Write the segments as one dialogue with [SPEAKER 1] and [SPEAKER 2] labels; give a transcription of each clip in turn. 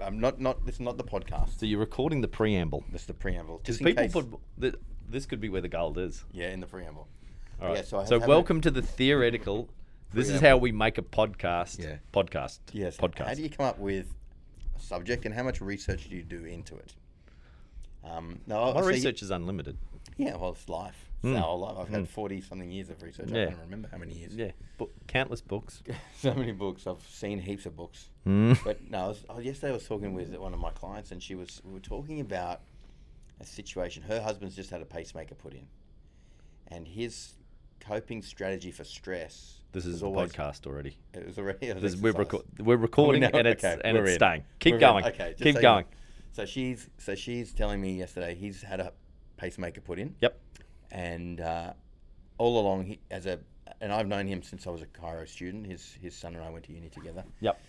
[SPEAKER 1] I'm not not. This is not the podcast.
[SPEAKER 2] So you're recording the preamble.
[SPEAKER 1] This is the preamble.
[SPEAKER 2] Because
[SPEAKER 1] Just in
[SPEAKER 2] people
[SPEAKER 1] case-
[SPEAKER 2] put th- this could be where the gold is.
[SPEAKER 1] Yeah, in the preamble.
[SPEAKER 2] All right.
[SPEAKER 1] Yeah, so
[SPEAKER 2] so
[SPEAKER 1] I have- have a-
[SPEAKER 2] welcome to the theoretical. This is
[SPEAKER 1] Preamble.
[SPEAKER 2] how we make a podcast.
[SPEAKER 1] Yeah.
[SPEAKER 2] Podcast.
[SPEAKER 1] Yes.
[SPEAKER 2] Podcast.
[SPEAKER 1] How do you come up with a subject, and how much research do you do into it? Um, no,
[SPEAKER 2] My
[SPEAKER 1] so you-
[SPEAKER 2] research is unlimited.
[SPEAKER 1] Yeah, well, it's life. It's
[SPEAKER 2] Mm.
[SPEAKER 1] our whole life. I've
[SPEAKER 2] Mm.
[SPEAKER 1] had forty something years of research.
[SPEAKER 2] Yeah.
[SPEAKER 1] I can't remember how many years.
[SPEAKER 2] Yeah. Book, countless books.
[SPEAKER 1] so many books. I've seen heaps of books.
[SPEAKER 2] Mm.
[SPEAKER 1] But no, I was, oh, yesterday I was talking with one of my clients, and she was we were talking about a situation. Her husband's just had a pacemaker put in, and his coping strategy for stress.
[SPEAKER 2] This is
[SPEAKER 1] was
[SPEAKER 2] a
[SPEAKER 1] always-
[SPEAKER 2] podcast already.
[SPEAKER 1] It was already. It was
[SPEAKER 2] This, we're,
[SPEAKER 1] exercise.
[SPEAKER 2] reco- we're recording
[SPEAKER 1] Oh, no,
[SPEAKER 2] and it's
[SPEAKER 1] okay,
[SPEAKER 2] and
[SPEAKER 1] we're
[SPEAKER 2] it's
[SPEAKER 1] in.
[SPEAKER 2] staying. Keep
[SPEAKER 1] We're in.
[SPEAKER 2] going.
[SPEAKER 1] Okay, just
[SPEAKER 2] Keep
[SPEAKER 1] so you know.
[SPEAKER 2] going.
[SPEAKER 1] So she's so she's telling me yesterday he's had a pacemaker put in.
[SPEAKER 2] Yep.
[SPEAKER 1] And uh, all along, he, as a and I've known him since I was a Cairo student. His his son and I went to uni together.
[SPEAKER 2] Yep.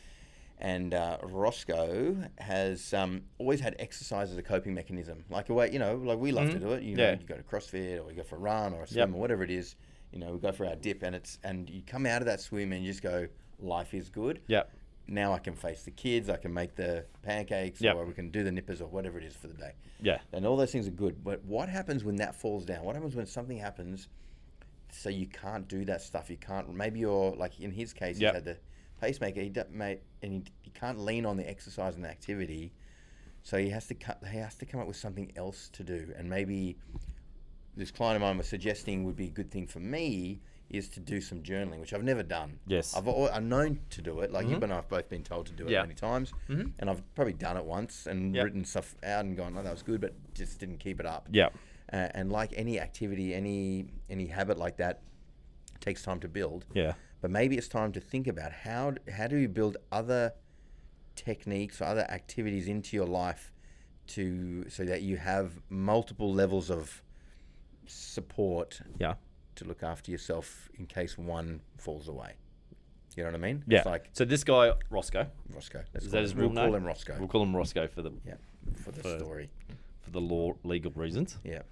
[SPEAKER 1] And uh, Roscoe has um, always had exercise as a coping mechanism, like a way you know, like we love
[SPEAKER 2] Mhm.
[SPEAKER 1] to do it. You
[SPEAKER 2] Yeah.
[SPEAKER 1] know, you go to CrossFit or we go for a run or a swim or whatever it is. You know, we go for our dip, and it's and you come out of that swim and you just go, life is good
[SPEAKER 2] Yep.
[SPEAKER 1] now I can face the kids, I can make the pancakes,
[SPEAKER 2] Yep.
[SPEAKER 1] or we can do the nippers or whatever it is for the day.
[SPEAKER 2] Yeah.
[SPEAKER 1] And all those things are good. But what happens when that falls down? What happens when something happens so you can't do that stuff? You can't, maybe you're, like in his case,
[SPEAKER 2] Yep.
[SPEAKER 1] he's had the pacemaker, he, d- mate, and he, he can't lean on the exercise and the activity. So he has to cut, he has to come up with something else to do. And maybe this client of mine was suggesting would be a good thing for me is to do some journaling, which I've never done.
[SPEAKER 2] Yes. Mm-hmm.
[SPEAKER 1] I've al- I'm known to do it. Like you and I have both been told to do it
[SPEAKER 2] Yeah.
[SPEAKER 1] many times,
[SPEAKER 2] Mhm.
[SPEAKER 1] and I've probably done it once and
[SPEAKER 2] Yep.
[SPEAKER 1] written stuff out and gone, "Oh, that was good," but just didn't keep it up.
[SPEAKER 2] Yep.
[SPEAKER 1] Uh, and like any activity, any any habit like that takes time to build.
[SPEAKER 2] Yeah.
[SPEAKER 1] But maybe it's time to think about how d- how do you build other techniques or other activities into your life to so that you have multiple levels of support
[SPEAKER 2] Yeah.
[SPEAKER 1] to look after yourself in case one falls away. You know what I mean?
[SPEAKER 2] Yeah.
[SPEAKER 1] It's like
[SPEAKER 2] so this guy Roscoe,
[SPEAKER 1] Roscoe. Let's call
[SPEAKER 2] is that his
[SPEAKER 1] him-
[SPEAKER 2] real
[SPEAKER 1] we'll
[SPEAKER 2] name?
[SPEAKER 1] call him Roscoe.
[SPEAKER 2] We'll call him Roscoe for the
[SPEAKER 1] yeah, for the
[SPEAKER 2] For-
[SPEAKER 1] story.
[SPEAKER 2] for the law legal reasons.
[SPEAKER 1] Yeah.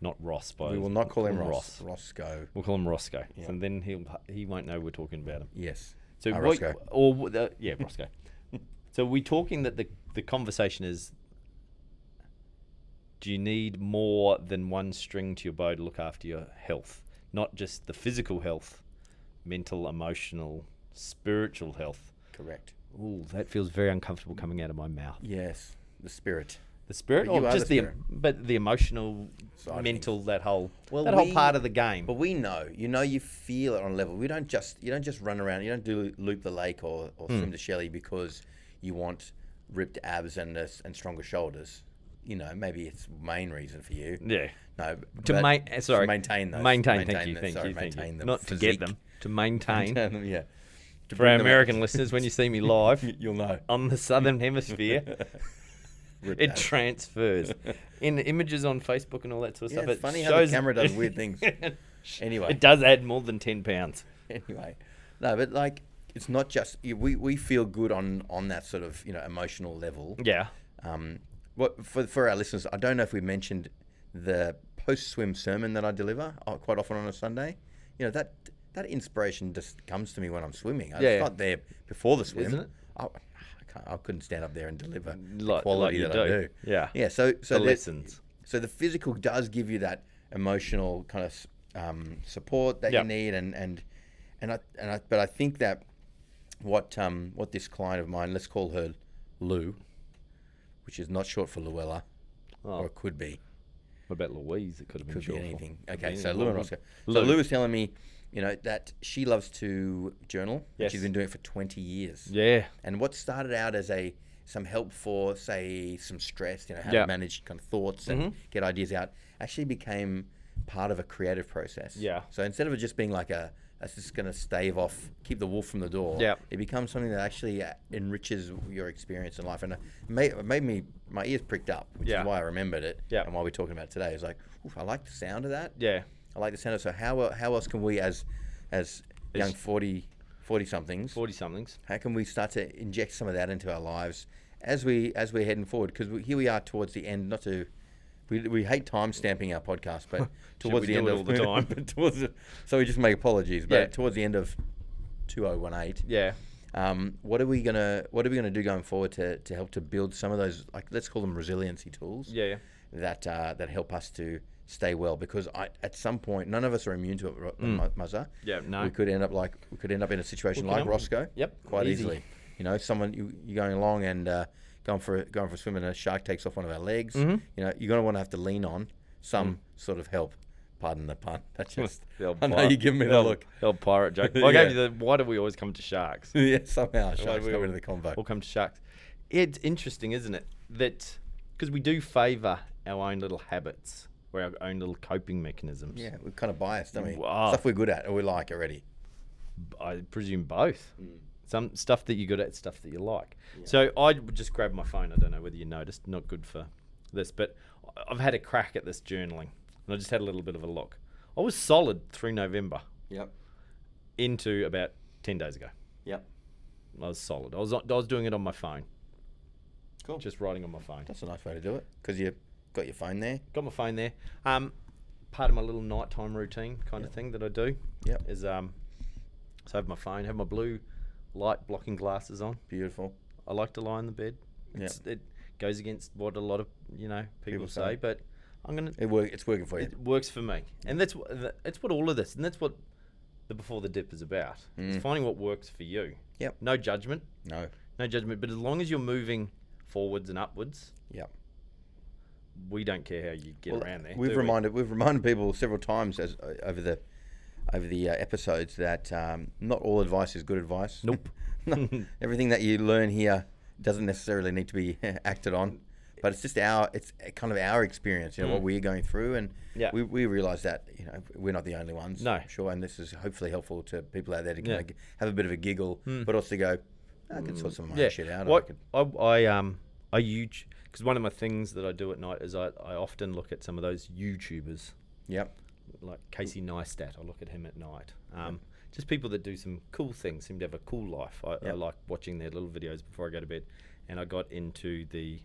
[SPEAKER 2] Not Ross. By
[SPEAKER 1] We
[SPEAKER 2] his-
[SPEAKER 1] will not call him Ross.
[SPEAKER 2] Ross.
[SPEAKER 1] Roscoe.
[SPEAKER 2] We'll call him Roscoe,
[SPEAKER 1] Yeah.
[SPEAKER 2] and then he'll he won't know we're talking about him.
[SPEAKER 1] Yes.
[SPEAKER 2] So
[SPEAKER 1] Ah,
[SPEAKER 2] what,
[SPEAKER 1] Roscoe.
[SPEAKER 2] or w- the, yeah, Roscoe. so we're talking that the the conversation is: Do you need more than one string to your bow to look after your health? Not just the physical health, mental, emotional, spiritual health.
[SPEAKER 1] Correct.
[SPEAKER 2] Ooh, that feels very uncomfortable coming out of my mouth.
[SPEAKER 1] Yes. The spirit.
[SPEAKER 2] The spirit,
[SPEAKER 1] But
[SPEAKER 2] or
[SPEAKER 1] you are
[SPEAKER 2] just
[SPEAKER 1] the
[SPEAKER 2] the,
[SPEAKER 1] spirit.
[SPEAKER 2] but the emotional,
[SPEAKER 1] Side of
[SPEAKER 2] mental, that whole
[SPEAKER 1] Well,
[SPEAKER 2] that whole
[SPEAKER 1] we-
[SPEAKER 2] part of the game.
[SPEAKER 1] But we know, you know, you feel it on a level. We don't just, you don't just run around. You don't do loop the lake or, or
[SPEAKER 2] Hmm.
[SPEAKER 1] swim to Shelley because you want ripped abs and uh, and stronger shoulders. You know, maybe it's main reason for you.
[SPEAKER 2] yeah.
[SPEAKER 1] No,
[SPEAKER 2] to
[SPEAKER 1] but-
[SPEAKER 2] main, uh, sorry,
[SPEAKER 1] maintain those,
[SPEAKER 2] maintain. thank you,
[SPEAKER 1] the-
[SPEAKER 2] thank
[SPEAKER 1] sorry,
[SPEAKER 2] you, thank you.
[SPEAKER 1] maintain the
[SPEAKER 2] Not to get
[SPEAKER 1] physique.
[SPEAKER 2] them, to maintain.
[SPEAKER 1] Maintain them, yeah. To
[SPEAKER 2] For
[SPEAKER 1] bring
[SPEAKER 2] our
[SPEAKER 1] them out.
[SPEAKER 2] American listeners, when you see me live
[SPEAKER 1] Y- you'll know.
[SPEAKER 2] on the Southern Hemisphere,
[SPEAKER 1] Rip
[SPEAKER 2] it
[SPEAKER 1] that.
[SPEAKER 2] transfers in the images on Facebook and all that sort of
[SPEAKER 1] Yeah,
[SPEAKER 2] stuff.
[SPEAKER 1] it's
[SPEAKER 2] it
[SPEAKER 1] funny how the
[SPEAKER 2] shows-
[SPEAKER 1] camera does weird things. Anyway.
[SPEAKER 2] it does add more than ten pounds.
[SPEAKER 1] anyway, no, but like it's not just you- we we feel good on on that sort of you know emotional level.
[SPEAKER 2] Yeah,
[SPEAKER 1] Um, what for for our listeners, I don't know if we mentioned the post swim sermon that I deliver uh, quite often on a Sunday. You know that that inspiration just comes to me when I'm swimming.
[SPEAKER 2] Yeah,
[SPEAKER 1] it's
[SPEAKER 2] yeah.
[SPEAKER 1] not there before the swim.
[SPEAKER 2] Isn't it?
[SPEAKER 1] I, I, can't, I couldn't stand up there and deliver the
[SPEAKER 2] Like-
[SPEAKER 1] quality
[SPEAKER 2] like you
[SPEAKER 1] that I
[SPEAKER 2] do.
[SPEAKER 1] do.
[SPEAKER 2] Yeah.
[SPEAKER 1] yeah. So so
[SPEAKER 2] the
[SPEAKER 1] there-
[SPEAKER 2] lessons.
[SPEAKER 1] so the physical does give you that emotional kind of um, support that
[SPEAKER 2] Yep.
[SPEAKER 1] you need, and and and I and I, but I think that what um what this client of mine, let's call her Lou, which is not short for Luella, or
[SPEAKER 2] Oh,
[SPEAKER 1] it could be,
[SPEAKER 2] what about Louise? It could have been
[SPEAKER 1] could
[SPEAKER 2] short
[SPEAKER 1] be
[SPEAKER 2] for.
[SPEAKER 1] anything.
[SPEAKER 2] Could be
[SPEAKER 1] okay, so
[SPEAKER 2] anything.
[SPEAKER 1] Lou and
[SPEAKER 2] Well,
[SPEAKER 1] Roscoe.
[SPEAKER 2] Lou.
[SPEAKER 1] So Lou was telling me, you know, that she loves to journal. and
[SPEAKER 2] Yes.
[SPEAKER 1] she's been doing it for twenty years.
[SPEAKER 2] Yeah,
[SPEAKER 1] And what started out as a some help for, say, some stress, you know, how
[SPEAKER 2] Yeah. Mm-hmm.
[SPEAKER 1] to manage kind of thoughts and get ideas out, actually became part of a creative process.
[SPEAKER 2] Yeah.
[SPEAKER 1] So instead of it just being like a, that's just going to stave off, keep the wolf from the door.
[SPEAKER 2] Yeah.
[SPEAKER 1] It becomes something that actually uh, enriches your experience in life, and uh, it made, it made me my ears pricked up, which
[SPEAKER 2] Yeah.
[SPEAKER 1] is why I remembered it.
[SPEAKER 2] Yeah.
[SPEAKER 1] And why we're talking about it today is like, Oof, I like the sound of that.
[SPEAKER 2] yeah.
[SPEAKER 1] I like the sound of. So how el- how else can we as as young 40 40 somethings
[SPEAKER 2] Forty somethings.
[SPEAKER 1] how can we start to inject some of that into our lives as we as we're heading forward? Because here we are towards the end. Not to we, we hate time stamping our podcast, but towards the
[SPEAKER 2] we do
[SPEAKER 1] end
[SPEAKER 2] it
[SPEAKER 1] of
[SPEAKER 2] all the time?
[SPEAKER 1] but towards the, so we just make apologies. But
[SPEAKER 2] Yeah.
[SPEAKER 1] towards the end of two oh one eight,
[SPEAKER 2] Yeah,
[SPEAKER 1] Um, what are we gonna What are we gonna do going forward to, to help to build some of those like let's call them resiliency tools
[SPEAKER 2] Yeah, yeah.
[SPEAKER 1] that uh, that help us to stay well because I at some point none of us are immune to it, Ro- Muzza.
[SPEAKER 2] Mm. Yeah, no.
[SPEAKER 1] We could end up like we could end up in a situation
[SPEAKER 2] Well,
[SPEAKER 1] like
[SPEAKER 2] you know-
[SPEAKER 1] Roscoe.
[SPEAKER 2] Yep,
[SPEAKER 1] quite
[SPEAKER 2] easy.
[SPEAKER 1] easily. You know, someone you, you're going along and uh, going for a, going for a swim and a shark takes off one of our legs.
[SPEAKER 2] Mm-hmm.
[SPEAKER 1] You know, you're going to want to have to lean on some
[SPEAKER 2] Mm.
[SPEAKER 1] sort of help. Pardon the pun. That's just I know you give me the
[SPEAKER 2] They'll-
[SPEAKER 1] look.
[SPEAKER 2] they'll pirate joke.
[SPEAKER 1] Yeah.
[SPEAKER 2] I gave you the why do we always come to sharks?
[SPEAKER 1] yeah, somehow sharks
[SPEAKER 2] we-
[SPEAKER 1] come into the convo.
[SPEAKER 2] We'll come to sharks. It's interesting, isn't it? That because we do favour our own little habits or our own little coping mechanisms.
[SPEAKER 1] Yeah, we're kind of biased, don't we?
[SPEAKER 2] Wow.
[SPEAKER 1] Stuff we're good at or we like already.
[SPEAKER 2] I presume both. Some stuff that you're good at, stuff that you like. So I would just grabbed my phone. I don't know whether you noticed. Not good for this, but I- I've had a crack at this journaling, and I just had a little bit of a look. I was solid through November
[SPEAKER 1] Yep.
[SPEAKER 2] into about ten days ago.
[SPEAKER 1] Yep.
[SPEAKER 2] I was solid. I was on- I was doing it on my phone,
[SPEAKER 1] Cool.
[SPEAKER 2] just writing on my phone.
[SPEAKER 1] That's a nice way to do it because you got your phone there.
[SPEAKER 2] Got my phone there. Um, part of my little nighttime routine kind of thing that I do.
[SPEAKER 1] Yep.
[SPEAKER 2] Is um, so I have my phone, have my blue light blocking glasses on.
[SPEAKER 1] Beautiful.
[SPEAKER 2] I like to lie in the bed.
[SPEAKER 1] Yep.
[SPEAKER 2] It's, It goes against what a lot of you know people,
[SPEAKER 1] People
[SPEAKER 2] say,
[SPEAKER 1] say.
[SPEAKER 2] but I'm gonna.
[SPEAKER 1] It work, It's working for you.
[SPEAKER 2] It works for me, and that's wh- tha- that's what all of this, and that's what the before the dip is about. It's finding what works for you.
[SPEAKER 1] Mm. Yep.
[SPEAKER 2] No judgment,
[SPEAKER 1] No.
[SPEAKER 2] no judgment. But as long as you're moving forwards and upwards,
[SPEAKER 1] Yep.
[SPEAKER 2] we don't care how you get
[SPEAKER 1] Well,
[SPEAKER 2] around there.
[SPEAKER 1] We've
[SPEAKER 2] do we?
[SPEAKER 1] reminded we? have reminded people several times as uh, over the over the uh, episodes that um, not all advice is good advice.
[SPEAKER 2] Nope.
[SPEAKER 1] No, everything that you learn here doesn't necessarily need to be acted on, but it's just our it's kind of our experience, you know, what we're going through, and
[SPEAKER 2] Mm. Yeah.
[SPEAKER 1] we we realize that you know we're not the only ones.
[SPEAKER 2] No.
[SPEAKER 1] sure, and this is hopefully helpful to people out there to
[SPEAKER 2] Yeah. Mm.
[SPEAKER 1] kinda g- have a bit of a giggle, but also go, I could sort some of my own shit out. or I
[SPEAKER 2] What
[SPEAKER 1] could,
[SPEAKER 2] I, I um I huge because one of my things that I do at night is I, I often look at some of those YouTubers
[SPEAKER 1] yep,
[SPEAKER 2] like Casey
[SPEAKER 1] Mm.
[SPEAKER 2] Neistat. I look at him at night. Um, just people that do some cool things seem to have a cool life. I, I
[SPEAKER 1] Yep.
[SPEAKER 2] like watching their little videos before I go to bed, and I got into the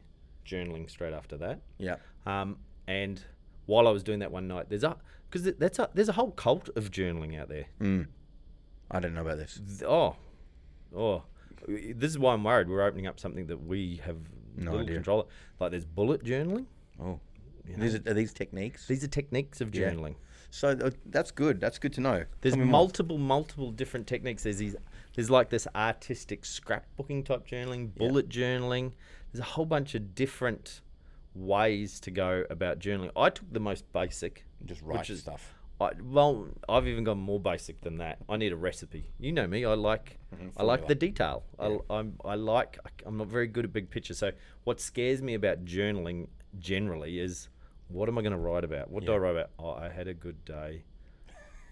[SPEAKER 2] journaling straight after that.
[SPEAKER 1] yep,
[SPEAKER 2] Um, and while I was doing that one night, there's a because that's a there's a whole cult of journaling out there.
[SPEAKER 1] Mm. I don't know about this.
[SPEAKER 2] Th- Oh, oh, this is why I'm worried. We're opening up something that we have
[SPEAKER 1] No
[SPEAKER 2] little
[SPEAKER 1] idea.
[SPEAKER 2] control. of. Like there's bullet journaling.
[SPEAKER 1] Oh, these are, are these techniques?
[SPEAKER 2] These are techniques of
[SPEAKER 1] Yeah.
[SPEAKER 2] journaling.
[SPEAKER 1] So th- that's good. That's good to know.
[SPEAKER 2] There's
[SPEAKER 1] Tell me more.
[SPEAKER 2] multiple, multiple different techniques. There's these, there's like this artistic scrapbooking type journaling, bullet journaling. There's a whole bunch of different ways to go about journaling. I took the most basic,
[SPEAKER 1] just write
[SPEAKER 2] which is-
[SPEAKER 1] stuff.
[SPEAKER 2] I, well, I've even gone more basic than that. I need a recipe. You know me. I like,
[SPEAKER 1] Mm-hmm.
[SPEAKER 2] I like the detail. I, I'm, I like. I'm not very good at big picture. So what scares me about journaling generally is, what am I going to write about? What do I write about? Oh, I had a good day.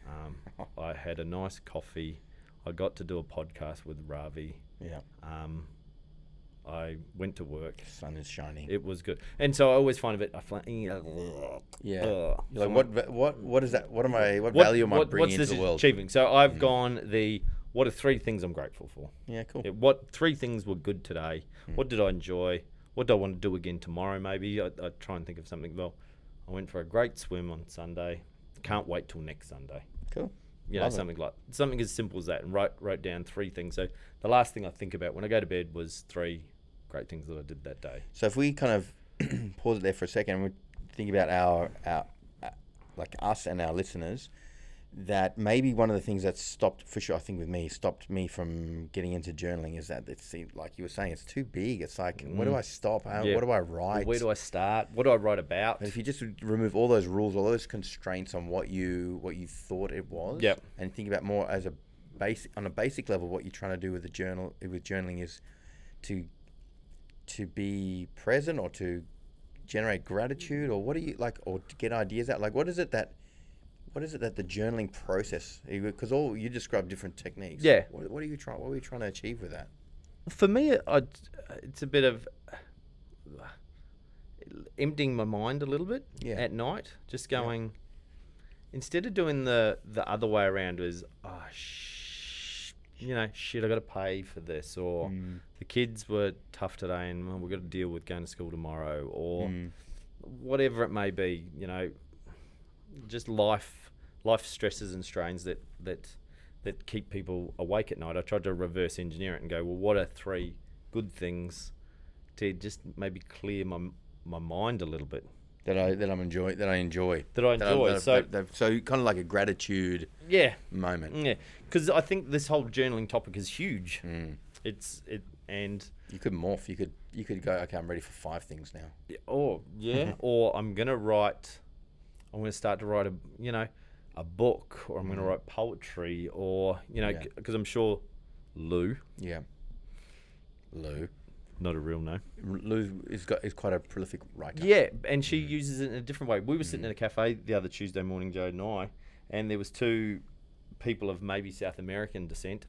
[SPEAKER 2] Um, I had a nice coffee. I got to do a podcast with Ravi.
[SPEAKER 1] Yeah,
[SPEAKER 2] Um, I went to work.
[SPEAKER 1] sun is shining.
[SPEAKER 2] It was good. And so I always find a bit. I find,
[SPEAKER 1] yeah.
[SPEAKER 2] Ugh.
[SPEAKER 1] You're like Uh, what? va- What? What is that? What am I? What,
[SPEAKER 2] What-
[SPEAKER 1] value am I
[SPEAKER 2] what-
[SPEAKER 1] bringing
[SPEAKER 2] what's this
[SPEAKER 1] into the world? Mm.
[SPEAKER 2] achieving? So I've gone the what are three things I'm grateful for?
[SPEAKER 1] Yeah, cool. Mm.
[SPEAKER 2] Yeah, What three things were good today? What did I enjoy? What do I want to do again tomorrow? Maybe I, I try and think of something. Well, I went for a great swim on Sunday. Can't wait till next Sunday.
[SPEAKER 1] Cool.
[SPEAKER 2] You know,
[SPEAKER 1] Love it.
[SPEAKER 2] something like something as simple as that, and wrote wrote down three things. So the last thing I think about when I go to bed was three great things that I did that day.
[SPEAKER 1] So if we kind of pause it there for a second and we think about our, our uh, like us and our listeners, that maybe one of the things that stopped for sure, I think with me, stopped me from getting into journaling is that it seemed like you were saying it's too big. It's like where do I stop? How,
[SPEAKER 2] Mm. Yeah.
[SPEAKER 1] What do I write?
[SPEAKER 2] Where do I start? What do I write about?
[SPEAKER 1] But if you just remove all those rules, all those constraints on what you what you thought it was,
[SPEAKER 2] Yep.
[SPEAKER 1] and think about more as a basic on a basic level, what you're trying to do with the journal with journaling is to to be present or to generate gratitude or what are you like or to get ideas out like what is it that what is it that the journaling process because all you describe different techniques
[SPEAKER 2] Yeah.
[SPEAKER 1] what, what are you trying what are you trying to achieve with that
[SPEAKER 2] for me, it- I, it's a bit of uh, emptying my mind a little bit
[SPEAKER 1] Yeah.
[SPEAKER 2] at night. Just going instead of doing the the other way around is oh sh- you know shit I got to pay for this or the kids were tough today and well, we got to deal with going to school tomorrow
[SPEAKER 1] Mm.
[SPEAKER 2] or whatever it may be. You know, just life life stresses and strains that that that keep people awake at night. I tried to reverse engineer it and go, well, what are three good things to just maybe clear my my mind a little bit?
[SPEAKER 1] that I that I'm enjoy that I enjoy
[SPEAKER 2] That I enjoy,
[SPEAKER 1] that-
[SPEAKER 2] so-
[SPEAKER 1] that- that- so kind of like a gratitude
[SPEAKER 2] Yeah,
[SPEAKER 1] moment.
[SPEAKER 2] yeah, because I think this whole journaling topic is huge.
[SPEAKER 1] Mm.
[SPEAKER 2] It's it and
[SPEAKER 1] You could morph. You could you could go. Okay, I'm ready for five things now.
[SPEAKER 2] or
[SPEAKER 1] Mm-hmm.
[SPEAKER 2] yeah, or I'm gonna write. I'm gonna start to write a you know a book, or I'm gonna write poetry, or you know
[SPEAKER 1] Mm-hmm. Yeah.
[SPEAKER 2] because I'm sure Lou,
[SPEAKER 1] Yeah. Lou,
[SPEAKER 2] not a real name.
[SPEAKER 1] Lou is got is quite a prolific writer.
[SPEAKER 2] Yeah, and she
[SPEAKER 1] Mm-hmm.
[SPEAKER 2] uses it in a different way. We were sitting in a cafe the other Tuesday morning, Joe and I, and there was two people of maybe South American descent,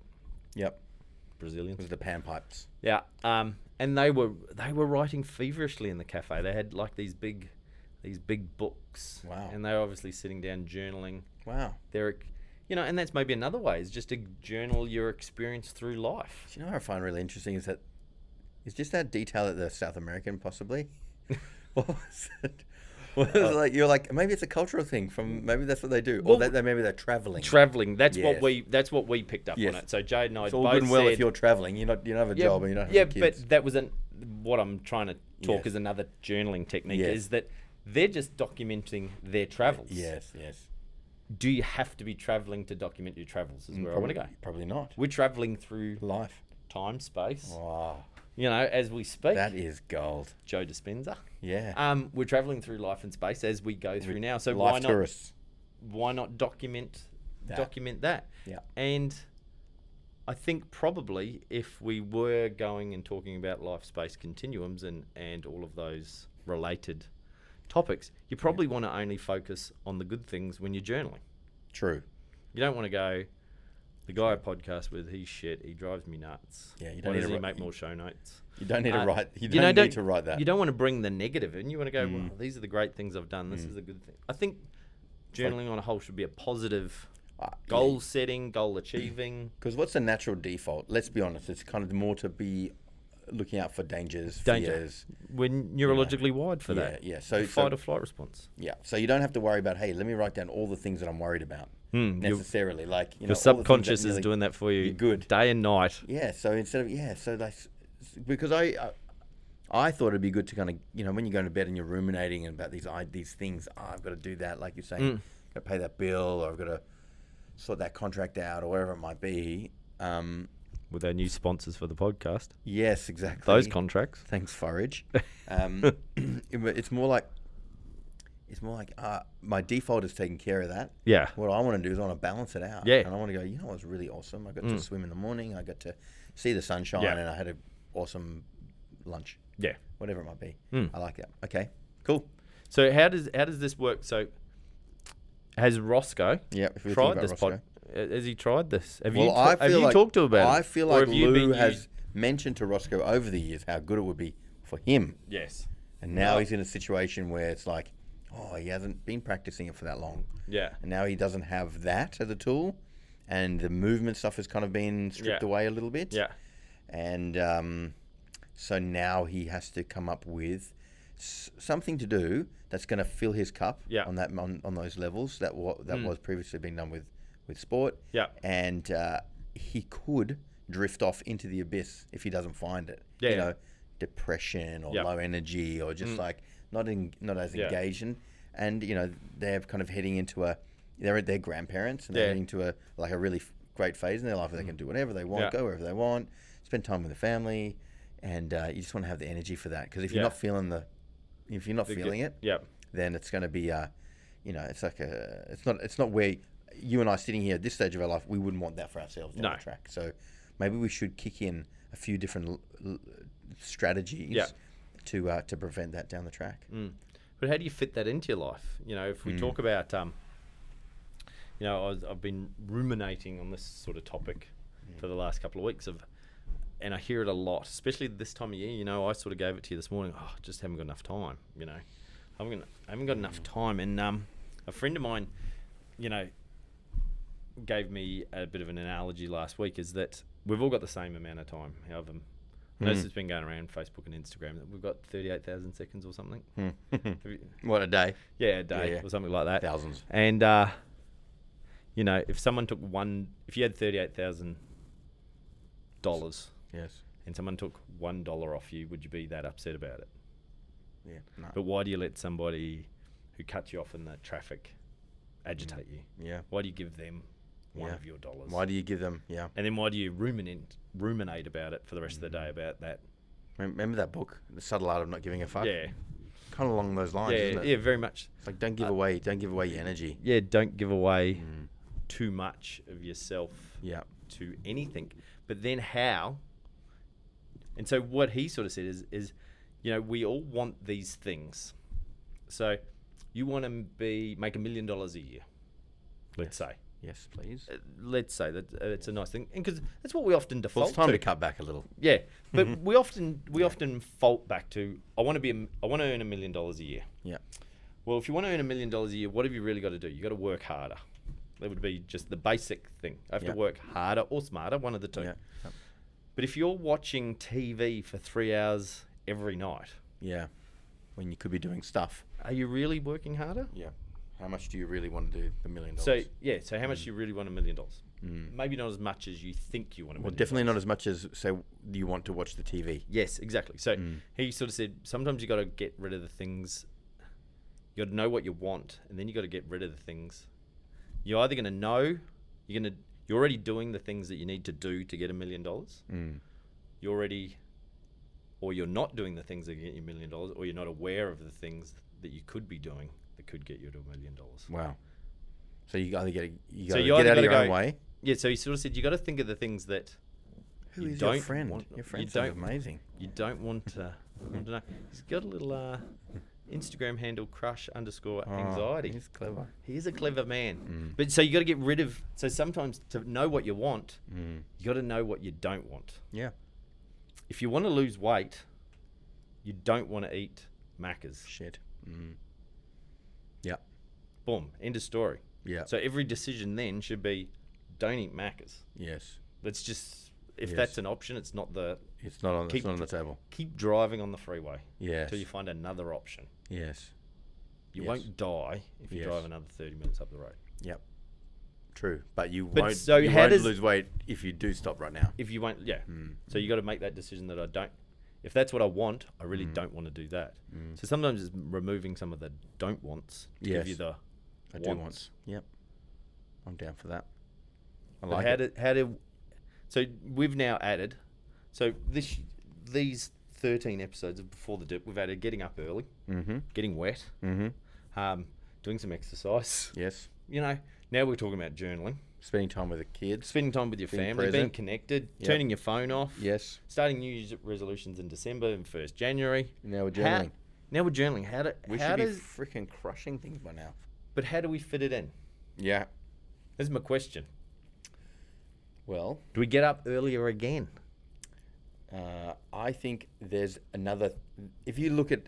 [SPEAKER 1] Yep. It
[SPEAKER 2] Brazilians.
[SPEAKER 1] was the pan pipes.
[SPEAKER 2] Yeah, um, and they were they were writing feverishly in the cafe. They had like these big, these big books.
[SPEAKER 1] Wow.
[SPEAKER 2] And they were obviously sitting down journaling.
[SPEAKER 1] Wow.
[SPEAKER 2] Their, you know, and that's maybe another way is just to journal your experience through life.
[SPEAKER 1] Do you know what I find really interesting is that is just that detail at the South American possibly. what was it? What was it like you're like maybe it's a cultural thing from maybe that's what they do
[SPEAKER 2] Well,
[SPEAKER 1] or that they, maybe they're traveling.
[SPEAKER 2] Traveling. That's
[SPEAKER 1] Yes.
[SPEAKER 2] what we. That's what we picked up
[SPEAKER 1] Yes.
[SPEAKER 2] on it. So Jade and I
[SPEAKER 1] it's all
[SPEAKER 2] both
[SPEAKER 1] good and well
[SPEAKER 2] said,
[SPEAKER 1] if you're traveling. You're not you don't have a job and you don't have
[SPEAKER 2] yeah,
[SPEAKER 1] any kids.
[SPEAKER 2] but that was an what I'm trying to talk
[SPEAKER 1] Yes.
[SPEAKER 2] is another journaling technique
[SPEAKER 1] Yes.
[SPEAKER 2] is that they're just documenting their travels.
[SPEAKER 1] yes, yes.
[SPEAKER 2] Do you have to be traveling to document your travels? Is where I want to go.
[SPEAKER 1] Mm, Probably not.
[SPEAKER 2] We're traveling through
[SPEAKER 1] Life.
[SPEAKER 2] time, space.
[SPEAKER 1] Wow.
[SPEAKER 2] You know, as we speak,
[SPEAKER 1] Oh. That is gold.
[SPEAKER 2] Joe Dispenza.
[SPEAKER 1] Yeah.
[SPEAKER 2] Um, we're traveling through life and space as we go through now. So
[SPEAKER 1] Life
[SPEAKER 2] why not?
[SPEAKER 1] tourists.
[SPEAKER 2] Why not document
[SPEAKER 1] That.
[SPEAKER 2] document that?
[SPEAKER 1] Yeah.
[SPEAKER 2] And I think probably if we were going and talking about life space continuums and and all of those related topics, you probably want to only focus on the good things when you're journaling.
[SPEAKER 1] True.
[SPEAKER 2] You don't want to go. The guy I podcast with, he's shit. He drives me nuts.
[SPEAKER 1] Yeah, you
[SPEAKER 2] Why
[SPEAKER 1] don't need
[SPEAKER 2] does
[SPEAKER 1] to
[SPEAKER 2] he
[SPEAKER 1] ri-
[SPEAKER 2] make more show notes.
[SPEAKER 1] You don't need to
[SPEAKER 2] Uh,
[SPEAKER 1] write. You don't
[SPEAKER 2] know,
[SPEAKER 1] need to write that. Mm.
[SPEAKER 2] You don't want to bring the negative in. You want to go, well, these are the great things I've done. This is the good thing. I think journaling on a whole should be a positive goal setting, goal achieving.
[SPEAKER 1] Because Uh, what's the natural default? Let's be honest. It's kind of more to be looking out for dangers,
[SPEAKER 2] Danger.
[SPEAKER 1] fears.
[SPEAKER 2] We're neurologically wired for
[SPEAKER 1] Yeah,
[SPEAKER 2] that.
[SPEAKER 1] yeah. So-
[SPEAKER 2] The
[SPEAKER 1] so-
[SPEAKER 2] fight or flight response.
[SPEAKER 1] Yeah. So you don't have to worry about. Hey, let me write down all the things that I'm worried about.
[SPEAKER 2] Hmm, your-
[SPEAKER 1] necessarily, like you know, all the things
[SPEAKER 2] Your
[SPEAKER 1] that
[SPEAKER 2] subconscious is
[SPEAKER 1] nearly-
[SPEAKER 2] doing that for you.
[SPEAKER 1] you're good.
[SPEAKER 2] Day and night.
[SPEAKER 1] Yeah. So instead of yeah, so that's because I, I I thought it'd be good to kind of you know when you're going to bed and you're ruminating about these I these things. "Oh, I've got to do that, like you're saying, got to pay that bill, or I've got to sort that contract out, or whatever it might be. Um,
[SPEAKER 2] With our new sponsors for the podcast.
[SPEAKER 1] yes, exactly.
[SPEAKER 2] Those contracts.
[SPEAKER 1] Thanks, forage. Um, it- but it's more like it's more like uh, my default is taking care of that.
[SPEAKER 2] Yeah.
[SPEAKER 1] What I want to do is I want to balance it out.
[SPEAKER 2] Yeah. Mm.
[SPEAKER 1] And I want to go. You know, it was really awesome. I got to swim in the morning. I got to see the sunshine,
[SPEAKER 2] Yeah.
[SPEAKER 1] and I had an awesome lunch,
[SPEAKER 2] Yeah.
[SPEAKER 1] whatever it might be.
[SPEAKER 2] Mm.
[SPEAKER 1] I like that. Okay, cool.
[SPEAKER 2] So how does how does this work? So has Roscoe
[SPEAKER 1] Yeah. If we were talking
[SPEAKER 2] tried
[SPEAKER 1] about
[SPEAKER 2] this pod?
[SPEAKER 1] Roscoe.
[SPEAKER 2] Has he tried this? Have you
[SPEAKER 1] Well,
[SPEAKER 2] ta-
[SPEAKER 1] I
[SPEAKER 2] have
[SPEAKER 1] feel
[SPEAKER 2] you
[SPEAKER 1] like,
[SPEAKER 2] talked to about it?
[SPEAKER 1] I feel
[SPEAKER 2] Or
[SPEAKER 1] like
[SPEAKER 2] have you been
[SPEAKER 1] Lou
[SPEAKER 2] used-
[SPEAKER 1] has mentioned to Roscoe over the years how good it would be for him.
[SPEAKER 2] Yes.
[SPEAKER 1] And now
[SPEAKER 2] Yeah.
[SPEAKER 1] he's in a situation where it's like, oh, he hasn't been practicing it for that long.
[SPEAKER 2] Yeah.
[SPEAKER 1] And now he doesn't have that as a tool. And the movement stuff has kind of been stripped
[SPEAKER 2] Yeah.
[SPEAKER 1] away a little bit.
[SPEAKER 2] Yeah.
[SPEAKER 1] And um, so now he has to come up with s- something to do that's going to fill his cup
[SPEAKER 2] Yeah. Hmm.
[SPEAKER 1] on that on, on those levels that wa- that was previously being done with with sport.
[SPEAKER 2] Yeah.
[SPEAKER 1] And uh, he could drift off into the abyss if he doesn't find it.
[SPEAKER 2] Yeah,
[SPEAKER 1] you
[SPEAKER 2] yeah.
[SPEAKER 1] know, depression or
[SPEAKER 2] Yeah. Hmm.
[SPEAKER 1] low energy or just like not in, not as
[SPEAKER 2] Yeah.
[SPEAKER 1] engaged. And, and you know they're kind of heading into a they're their grandparents and they're
[SPEAKER 2] Yeah.
[SPEAKER 1] heading into a like a really f- great phase in their life where they can do whatever they want,
[SPEAKER 2] Mm. Yeah.
[SPEAKER 1] go wherever they want, spend time with the family, and uh, you just want to have the energy for that. Because if you're
[SPEAKER 2] Yeah.
[SPEAKER 1] not feeling the, if you're not feeling it,
[SPEAKER 2] Yeah.
[SPEAKER 1] then it's going to be, uh, you know, it's like a, it's not, it's not where you and I sitting here at this stage of our life, we wouldn't want that for ourselves down
[SPEAKER 2] No.
[SPEAKER 1] the track. So maybe we should kick in a few different l- l- strategies
[SPEAKER 2] Yeah.
[SPEAKER 1] to uh, to prevent that down the track.
[SPEAKER 2] But how do you fit that into your life? You know, if we talk about, um, you know, I was, I've been ruminating on this sort of topic for the last couple of weeks of, and I hear it a lot, especially this time of year. You know, I sort of gave it to you this morning. Oh, I just haven't got enough time. You know, I haven't got, I haven't got enough time. And um, a friend of mine, you know, gave me a bit of an analogy last week is that we've all got the same amount of time. However, I know this has been going around Facebook and Instagram that we've got 38,000 seconds or something. Have you-
[SPEAKER 1] Hmm. What a day!
[SPEAKER 2] yeah, a day
[SPEAKER 1] Yeah, yeah.
[SPEAKER 2] or something like that.
[SPEAKER 1] Thousands.
[SPEAKER 2] And uh, you know, if someone took one, if you had thirty-eight thousand dollars
[SPEAKER 1] Yes.
[SPEAKER 2] and someone took one dollar off you, would you be that upset about it?
[SPEAKER 1] Yeah. No.
[SPEAKER 2] But why do you let somebody who cuts you off in the traffic agitate you?
[SPEAKER 1] yeah.
[SPEAKER 2] Why do you give them
[SPEAKER 1] Mm.
[SPEAKER 2] one
[SPEAKER 1] Yeah.
[SPEAKER 2] of your dollars?
[SPEAKER 1] Why do you give them? Yeah.
[SPEAKER 2] and then why do you ruminate ruminate about it for the rest of
[SPEAKER 1] Mm.
[SPEAKER 2] the day about that?
[SPEAKER 1] Rem- Remember that book, The Subtle Art of Not Giving a Fuck?
[SPEAKER 2] Yeah,
[SPEAKER 1] Kind of along those lines,
[SPEAKER 2] yeah,
[SPEAKER 1] isn't it?
[SPEAKER 2] yeah, very much.
[SPEAKER 1] It's like don't give
[SPEAKER 2] Uh,
[SPEAKER 1] away, don't give away your energy.
[SPEAKER 2] Yeah, don't give away
[SPEAKER 1] Mm.
[SPEAKER 2] too much of yourself
[SPEAKER 1] Yeah.
[SPEAKER 2] to anything. But then how? And so what he sort of said is, is you know, we all want these things. So you want to be make a million dollars a year, let's say.
[SPEAKER 1] Yes, please.
[SPEAKER 2] Uh, let's say that uh, it's a nice thing, and because that's what we often default
[SPEAKER 1] Well, it's time
[SPEAKER 2] to.
[SPEAKER 1] to cut back a little.
[SPEAKER 2] Yeah, but we often we often fault back to I want to be a m- I want to earn a million dollars a year.
[SPEAKER 1] Yeah.
[SPEAKER 2] Well, if you want to earn a million dollars a year, what have you really got to do? You got to work harder. That would be just the basic thing. I have
[SPEAKER 1] Yeah.
[SPEAKER 2] to work harder or smarter, one of the two.
[SPEAKER 1] Yeah. Yep.
[SPEAKER 2] But if you're watching TV for three hours every night,
[SPEAKER 1] Yeah. When you could be doing stuff.
[SPEAKER 2] are you really working harder?
[SPEAKER 1] Yeah. How much do you really want to do the million
[SPEAKER 2] So
[SPEAKER 1] dollars?
[SPEAKER 2] yeah, so how much do you really want a million dollars?
[SPEAKER 1] Mm.
[SPEAKER 2] Maybe not as much as you think you want. A
[SPEAKER 1] well,
[SPEAKER 2] million
[SPEAKER 1] definitely
[SPEAKER 2] dollars.
[SPEAKER 1] not as much as say you want to watch the TV.
[SPEAKER 2] Yes, exactly. So
[SPEAKER 1] Mm.
[SPEAKER 2] he sort of said sometimes you got to get rid of the things. You got to know what you want, and then you got to get rid of the things. You're either going to know you're going to you're already doing the things that you need to do to get a million dollars.
[SPEAKER 1] Mm.
[SPEAKER 2] You're already, or you're not doing the things that get you a million dollars, or you're not aware of the things that you could be doing that could get you to a million dollars.
[SPEAKER 1] Wow. So you either get you
[SPEAKER 2] So
[SPEAKER 1] gotta
[SPEAKER 2] you
[SPEAKER 1] get
[SPEAKER 2] either
[SPEAKER 1] out of your
[SPEAKER 2] gotta
[SPEAKER 1] own
[SPEAKER 2] go-
[SPEAKER 1] way.
[SPEAKER 2] Yeah. So he sort of said you got to think of the things that
[SPEAKER 1] Who
[SPEAKER 2] You
[SPEAKER 1] is
[SPEAKER 2] don't
[SPEAKER 1] your friend?
[SPEAKER 2] want- you
[SPEAKER 1] your friend
[SPEAKER 2] don't-
[SPEAKER 1] sounds amazing.
[SPEAKER 2] you don't want to. I don't know. He's got a little uh, Instagram handle crush underscore
[SPEAKER 1] Oh,
[SPEAKER 2] anxiety.
[SPEAKER 1] he's clever.
[SPEAKER 2] He is a clever man.
[SPEAKER 1] Mm.
[SPEAKER 2] But so you got to get rid of. So sometimes to know what you want,
[SPEAKER 1] Mm.
[SPEAKER 2] you got to know what you don't want.
[SPEAKER 1] Yeah.
[SPEAKER 2] If you want to lose weight, you don't want to eat macas.
[SPEAKER 1] Shit. Mm. Yeah.
[SPEAKER 2] Boom. End of story.
[SPEAKER 1] Yeah.
[SPEAKER 2] So every decision then should be, don't eat macas.
[SPEAKER 1] yes.
[SPEAKER 2] Let's just if
[SPEAKER 1] Yes.
[SPEAKER 2] that's an option, it's not the
[SPEAKER 1] It's not on.
[SPEAKER 2] Keep-
[SPEAKER 1] it's not on the table.
[SPEAKER 2] keep driving on the freeway
[SPEAKER 1] Yes.
[SPEAKER 2] until you find another option.
[SPEAKER 1] yes.
[SPEAKER 2] You
[SPEAKER 1] Yes.
[SPEAKER 2] won't die if you
[SPEAKER 1] Yes.
[SPEAKER 2] drive another thirty minutes up the road.
[SPEAKER 1] Yep. True, but you
[SPEAKER 2] But
[SPEAKER 1] won't.
[SPEAKER 2] so
[SPEAKER 1] you
[SPEAKER 2] how
[SPEAKER 1] won't
[SPEAKER 2] does-
[SPEAKER 1] lose weight if you do stop right now.
[SPEAKER 2] If you won't, yeah.
[SPEAKER 1] Mm.
[SPEAKER 2] So you got to make that decision that I don't. If that's what I want, I really
[SPEAKER 1] Mm.
[SPEAKER 2] don't want to do that.
[SPEAKER 1] Hmm.
[SPEAKER 2] So sometimes it's removing some of the don't wants to give you
[SPEAKER 1] Yes.
[SPEAKER 2] the
[SPEAKER 1] I do want. Yep. I'm down for that. I
[SPEAKER 2] But
[SPEAKER 1] like
[SPEAKER 2] how
[SPEAKER 1] it.
[SPEAKER 2] do how do so we've now added so this these thirteen episodes of before the dip we've added getting up early,
[SPEAKER 1] Mm-hmm.
[SPEAKER 2] getting wet,
[SPEAKER 1] Mm-hmm.
[SPEAKER 2] um, doing some exercise.
[SPEAKER 1] Yes.
[SPEAKER 2] You know now we're talking about journaling,
[SPEAKER 1] Spending time with the kids.
[SPEAKER 2] spending time with your
[SPEAKER 1] Being
[SPEAKER 2] family, being
[SPEAKER 1] present.
[SPEAKER 2] connected,
[SPEAKER 1] Yep.
[SPEAKER 2] turning your phone off,
[SPEAKER 1] Yes.
[SPEAKER 2] starting New Year's resolutions in December and first January.
[SPEAKER 1] Now we're
[SPEAKER 2] How-
[SPEAKER 1] journaling.
[SPEAKER 2] now we're journaling. How do
[SPEAKER 1] we
[SPEAKER 2] how
[SPEAKER 1] should
[SPEAKER 2] does
[SPEAKER 1] be freaking crushing things by now.
[SPEAKER 2] but how do we fit it in?
[SPEAKER 1] Yeah.
[SPEAKER 2] That's my question.
[SPEAKER 1] Well,
[SPEAKER 2] Do we get up earlier again?
[SPEAKER 1] uh, I think there's another. If you look at,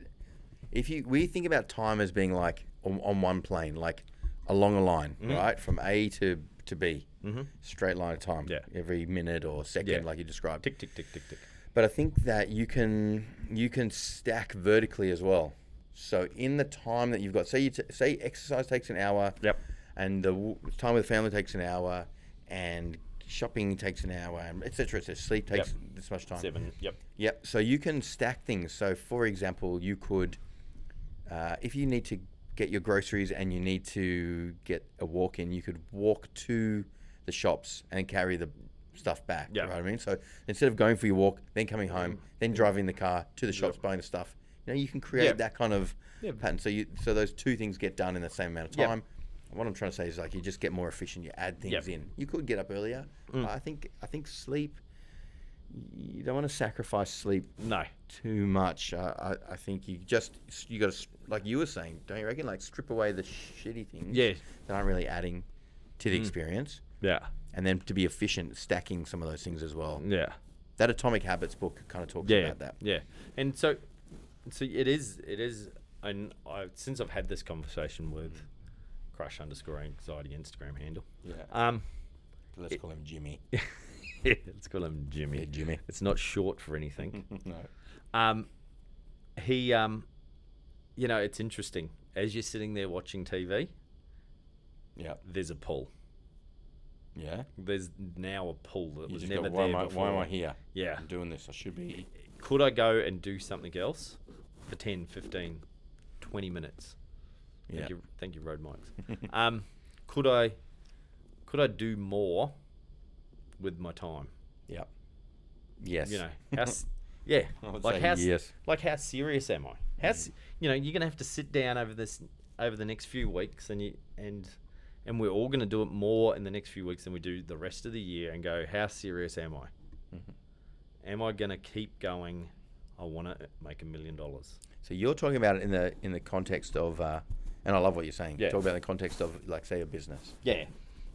[SPEAKER 1] if you we think about time as being like on, on one plane, like along a line,
[SPEAKER 2] Mm.
[SPEAKER 1] right, from A to to B, mm-hmm. straight line of time.
[SPEAKER 2] Yeah.
[SPEAKER 1] Every minute or second,
[SPEAKER 2] Yeah.
[SPEAKER 1] like you described.
[SPEAKER 2] Tick tick tick tick tick.
[SPEAKER 1] But I think that you can you can stack vertically as well. So in the time that you've got, say you t- say exercise takes an hour,
[SPEAKER 2] Yep.
[SPEAKER 1] and the w- time with the family takes an hour, and shopping takes an hour, and etc. Cetera, et cetera. Sleep
[SPEAKER 2] Yep.
[SPEAKER 1] takes this much time.
[SPEAKER 2] Seven. Yep.
[SPEAKER 1] Yep. So you can stack things. So for example, you could, uh, if you need to get your groceries and you need to get a walk in, you could walk to the shops and carry the stuff back.
[SPEAKER 2] Yeah. Mm-hmm.
[SPEAKER 1] You know what I mean? So instead of going for your walk, then coming home, then driving the car to the shops, buying the stuff, you know, you can create
[SPEAKER 2] Yeah.
[SPEAKER 1] that kind of
[SPEAKER 2] Yeah.
[SPEAKER 1] pattern. So you, so those two things get done in the same amount of
[SPEAKER 2] Yeah.
[SPEAKER 1] time. What I'm trying to say is like you just get more efficient. You add things
[SPEAKER 2] Yeah.
[SPEAKER 1] in. You could get up earlier.
[SPEAKER 2] Mm.
[SPEAKER 1] I think I think sleep. You don't want to sacrifice sleep
[SPEAKER 2] No.
[SPEAKER 1] too much. I, I, I think you just you got to like you were saying, don't you reckon? Like strip away the shitty things
[SPEAKER 2] Yeah. Mm.
[SPEAKER 1] that aren't really adding to the experience,
[SPEAKER 2] Yeah.
[SPEAKER 1] and then to be efficient, stacking some of those things as well.
[SPEAKER 2] Yeah.
[SPEAKER 1] That Atomic Habits book kind of talks
[SPEAKER 2] Mm. Yeah.
[SPEAKER 1] about that.
[SPEAKER 2] Yeah. And so, so it is. It is. And I, since I've had this conversation with Crush underscore anxiety Instagram handle.
[SPEAKER 1] Yeah.
[SPEAKER 2] Um.
[SPEAKER 1] Let's call him Jimmy.
[SPEAKER 2] let's call him Jimmy.
[SPEAKER 1] Yeah, Jimmy.
[SPEAKER 2] It's not short for anything.
[SPEAKER 1] no.
[SPEAKER 2] Um, he, um, you know, it's interesting. As you're sitting there watching TV,
[SPEAKER 1] Yeah.
[SPEAKER 2] there's a pull.
[SPEAKER 1] Yeah.
[SPEAKER 2] There's now a pull that
[SPEAKER 1] You
[SPEAKER 2] was
[SPEAKER 1] just
[SPEAKER 2] never
[SPEAKER 1] go, why,
[SPEAKER 2] there
[SPEAKER 1] am I,
[SPEAKER 2] before.
[SPEAKER 1] why am I here?
[SPEAKER 2] Yeah.
[SPEAKER 1] I'm doing this. I should be.
[SPEAKER 2] Could I go and do something else for 10, 15, 20 minutes? Thank
[SPEAKER 1] Yeah.
[SPEAKER 2] you, thank you, road mics. um, could I, could I do more with my time?
[SPEAKER 1] Yep. Yes.
[SPEAKER 2] You know, how, s- yeah,
[SPEAKER 1] I would
[SPEAKER 2] like
[SPEAKER 1] say
[SPEAKER 2] how, s-
[SPEAKER 1] yes.
[SPEAKER 2] like how serious am I? How, s you know, you're gonna have to sit down over this over the next few weeks, and you and and we're all gonna do it more in the next few weeks than we do the rest of the year, and go, how serious am I?
[SPEAKER 1] Mhm.
[SPEAKER 2] Am I gonna keep going? I want to make a million dollars.
[SPEAKER 1] So you're talking about it in the in the context of, uh, and I love what you're saying.
[SPEAKER 2] Yeah.
[SPEAKER 1] Talk about the context of, like, say, a business.
[SPEAKER 2] Yeah,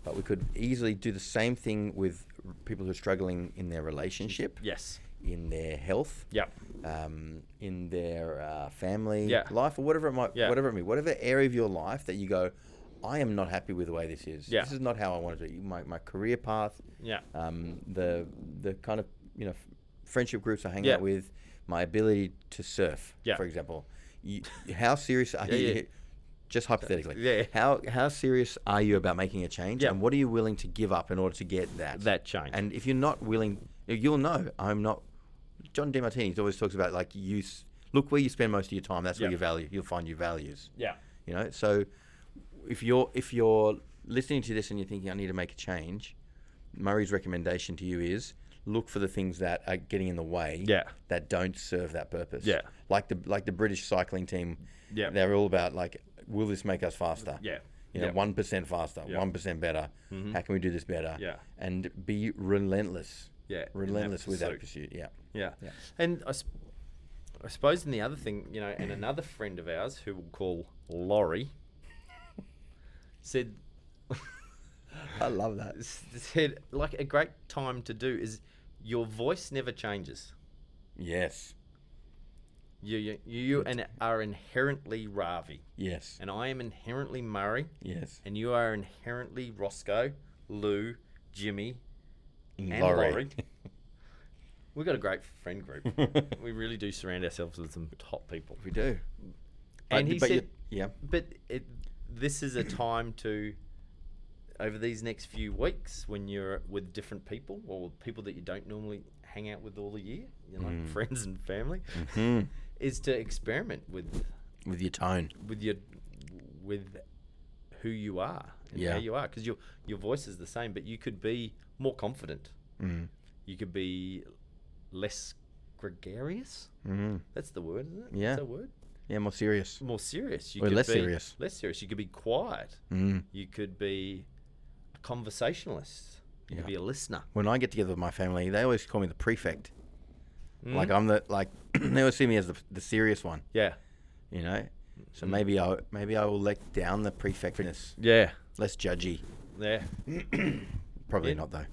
[SPEAKER 1] But we could easily do the same thing with r- people who are struggling in their relationship,
[SPEAKER 2] yes,
[SPEAKER 1] in their health,
[SPEAKER 2] yep,
[SPEAKER 1] um, in their uh, family
[SPEAKER 2] Yeah.
[SPEAKER 1] life, or whatever it might,
[SPEAKER 2] Yeah.
[SPEAKER 1] whatever it may, whatever area of your life that you go, I am not happy with the way this is.
[SPEAKER 2] Yeah.
[SPEAKER 1] This is not how I want to do it. My, my career path,
[SPEAKER 2] yeah,
[SPEAKER 1] um, the the kind of you know f- friendship groups I hang
[SPEAKER 2] Yeah.
[SPEAKER 1] out with, my ability to surf,
[SPEAKER 2] Yeah.
[SPEAKER 1] for example. You, how serious are
[SPEAKER 2] Yeah,
[SPEAKER 1] you?
[SPEAKER 2] yeah.
[SPEAKER 1] Just hypothetically,
[SPEAKER 2] Yeah.
[SPEAKER 1] How how serious are you about making a change,
[SPEAKER 2] Yeah.
[SPEAKER 1] and what are you willing to give up in order to get that?
[SPEAKER 2] that change.
[SPEAKER 1] And if you're not willing, you'll know. I'm not. John DeMartini always talks about like you s- look where you spend most of your time. That's where
[SPEAKER 2] Yeah.
[SPEAKER 1] your value. You'll find your values.
[SPEAKER 2] yeah,
[SPEAKER 1] You know. So if you're if you're listening to this and you're thinking I need to make a change, Murray's recommendation to you is look for the things that are getting in the way.
[SPEAKER 2] Yeah.
[SPEAKER 1] That don't serve that purpose.
[SPEAKER 2] Yeah.
[SPEAKER 1] Like the like the British cycling team.
[SPEAKER 2] Yeah.
[SPEAKER 1] They're all about like, will this make us faster?
[SPEAKER 2] yeah,
[SPEAKER 1] You know,
[SPEAKER 2] yeah.
[SPEAKER 1] one faster, one
[SPEAKER 2] Yeah. Mm-hmm.
[SPEAKER 1] better. How can we do this better?
[SPEAKER 2] Yeah.
[SPEAKER 1] And be relentless.
[SPEAKER 2] Yeah, in that
[SPEAKER 1] Relentless with that
[SPEAKER 2] pursuit.
[SPEAKER 1] pursuit. Yeah.
[SPEAKER 2] Yeah.
[SPEAKER 1] Yeah.
[SPEAKER 2] And I, sp- I suppose in the other thing, you know, and another friend of ours who we'll call Laurie said
[SPEAKER 1] I love that.
[SPEAKER 2] said like a great time to do is your voice never changes.
[SPEAKER 1] Yes.
[SPEAKER 2] You you, you and are inherently Ravi,
[SPEAKER 1] Yes.
[SPEAKER 2] and I am inherently Murray,
[SPEAKER 1] Yes.
[SPEAKER 2] and you are inherently Roscoe, Lou, Jimmy, and Laurie. We've got a great friend group. we really do surround ourselves with some top people.
[SPEAKER 1] we do.
[SPEAKER 2] And
[SPEAKER 1] But-
[SPEAKER 2] he
[SPEAKER 1] but you-
[SPEAKER 2] said,
[SPEAKER 1] yeah.
[SPEAKER 2] But it, this is a time to, over these next few weeks, when you're with different people or with people that you don't normally hang out with all the year, you know,
[SPEAKER 1] Mm.
[SPEAKER 2] friends and family,
[SPEAKER 1] Mhm.
[SPEAKER 2] is to experiment with
[SPEAKER 1] With your tone.
[SPEAKER 2] with your with who you are and
[SPEAKER 1] Yeah.
[SPEAKER 2] how you are because your your voice is the same, but you could be more confident.
[SPEAKER 1] Mm.
[SPEAKER 2] You could be less gregarious.
[SPEAKER 1] Mm.
[SPEAKER 2] That's the word, isn't it?
[SPEAKER 1] Yeah.
[SPEAKER 2] That's a word.
[SPEAKER 1] Yeah, more serious.
[SPEAKER 2] More serious. You
[SPEAKER 1] Or
[SPEAKER 2] could
[SPEAKER 1] less
[SPEAKER 2] be
[SPEAKER 1] serious.
[SPEAKER 2] Less serious. You could be quiet.
[SPEAKER 1] Mm.
[SPEAKER 2] You could be a conversationalist. You
[SPEAKER 1] Yeah.
[SPEAKER 2] could be a listener.
[SPEAKER 1] When I get together with my family, they always call me the prefect. Like
[SPEAKER 2] Mm?
[SPEAKER 1] I'm the like they always see me as the, the serious one,
[SPEAKER 2] yeah,
[SPEAKER 1] you know. So maybe I maybe I will let down the prefectness,
[SPEAKER 2] yeah,
[SPEAKER 1] less judgy.
[SPEAKER 2] yeah.
[SPEAKER 1] Probably
[SPEAKER 2] Yeah.
[SPEAKER 1] not though.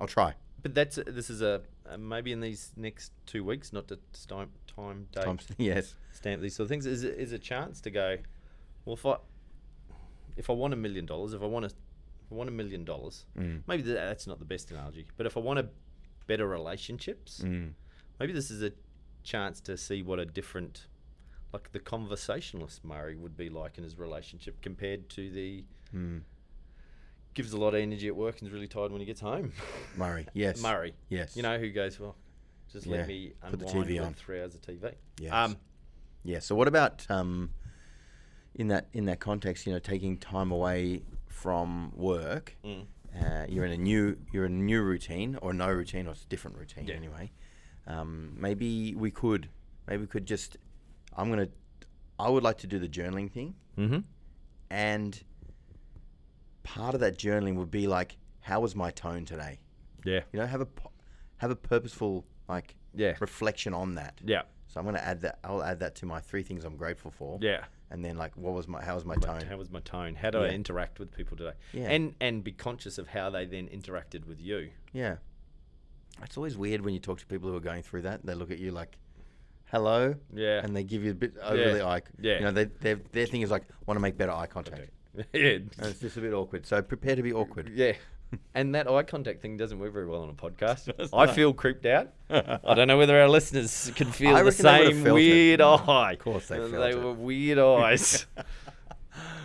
[SPEAKER 1] I'll try.
[SPEAKER 2] But that's this is a uh, maybe in these next two weeks, not to time time date
[SPEAKER 1] Times- yes.
[SPEAKER 2] stamp these sort of things is a- is a chance to go. Well, if I if I want a million dollars, if I want to I want a million dollars,
[SPEAKER 1] Mm.
[SPEAKER 2] maybe tha- that's not the best analogy. But if I want to better relationships,
[SPEAKER 1] Mm.
[SPEAKER 2] maybe this is a chance to see what a different like the conversationalist Murray would be like in his relationship compared to the
[SPEAKER 1] Mm.
[SPEAKER 2] gives a lot of energy at work and is really tired when he gets home.
[SPEAKER 1] Murray. Yes.
[SPEAKER 2] Murray.
[SPEAKER 1] Yes.
[SPEAKER 2] You know who goes, Well, just
[SPEAKER 1] Yeah,
[SPEAKER 2] let me
[SPEAKER 1] put
[SPEAKER 2] unwind
[SPEAKER 1] the TV
[SPEAKER 2] with
[SPEAKER 1] on."
[SPEAKER 2] three hours of TV.
[SPEAKER 1] Yes.
[SPEAKER 2] Um
[SPEAKER 1] Yeah. So what about um, in that in that context? You know, taking time away from work.
[SPEAKER 2] mm,
[SPEAKER 1] Uh, you're in a new you're in a new routine or no routine or it's a different routine
[SPEAKER 2] Yeah.
[SPEAKER 1] anyway. Um, maybe we could maybe we could just I'm gonna I would like to do the journaling thing
[SPEAKER 2] mm-hmm.
[SPEAKER 1] and part of that journaling would be like how was my tone today?
[SPEAKER 2] Yeah.
[SPEAKER 1] You know, have a po- have a purposeful like
[SPEAKER 2] Yeah.
[SPEAKER 1] reflection on that.
[SPEAKER 2] Yeah.
[SPEAKER 1] So I'm gonna add that. I'll add that to my three things I'm grateful for.
[SPEAKER 2] Yeah.
[SPEAKER 1] And then like, what was my how was my
[SPEAKER 2] But
[SPEAKER 1] tone?
[SPEAKER 2] How was my tone? How do I
[SPEAKER 1] Yeah.
[SPEAKER 2] interact with people today?
[SPEAKER 1] Yeah.
[SPEAKER 2] And and be conscious of how they then interacted with you.
[SPEAKER 1] Yeah. It's always weird when you talk to people who are going through that. They look at you like, hello.
[SPEAKER 2] Yeah.
[SPEAKER 1] And they give you a bit overly
[SPEAKER 2] Yeah.
[SPEAKER 1] eye.
[SPEAKER 2] Yeah.
[SPEAKER 1] You know, they, their their thing is like, want to make better eye contact.
[SPEAKER 2] yeah.
[SPEAKER 1] And it's just a bit awkward. So prepare to be awkward.
[SPEAKER 2] Yeah. And that eye contact thing doesn't work very well on a podcast.
[SPEAKER 1] That's
[SPEAKER 2] I
[SPEAKER 1] right.
[SPEAKER 2] feel creeped out. I don't know whether our listeners can feel
[SPEAKER 1] I
[SPEAKER 2] the
[SPEAKER 1] reckon they would've
[SPEAKER 2] same
[SPEAKER 1] felt it.
[SPEAKER 2] weird eye. Of
[SPEAKER 1] course they felt
[SPEAKER 2] They
[SPEAKER 1] it.
[SPEAKER 2] were weird eyes.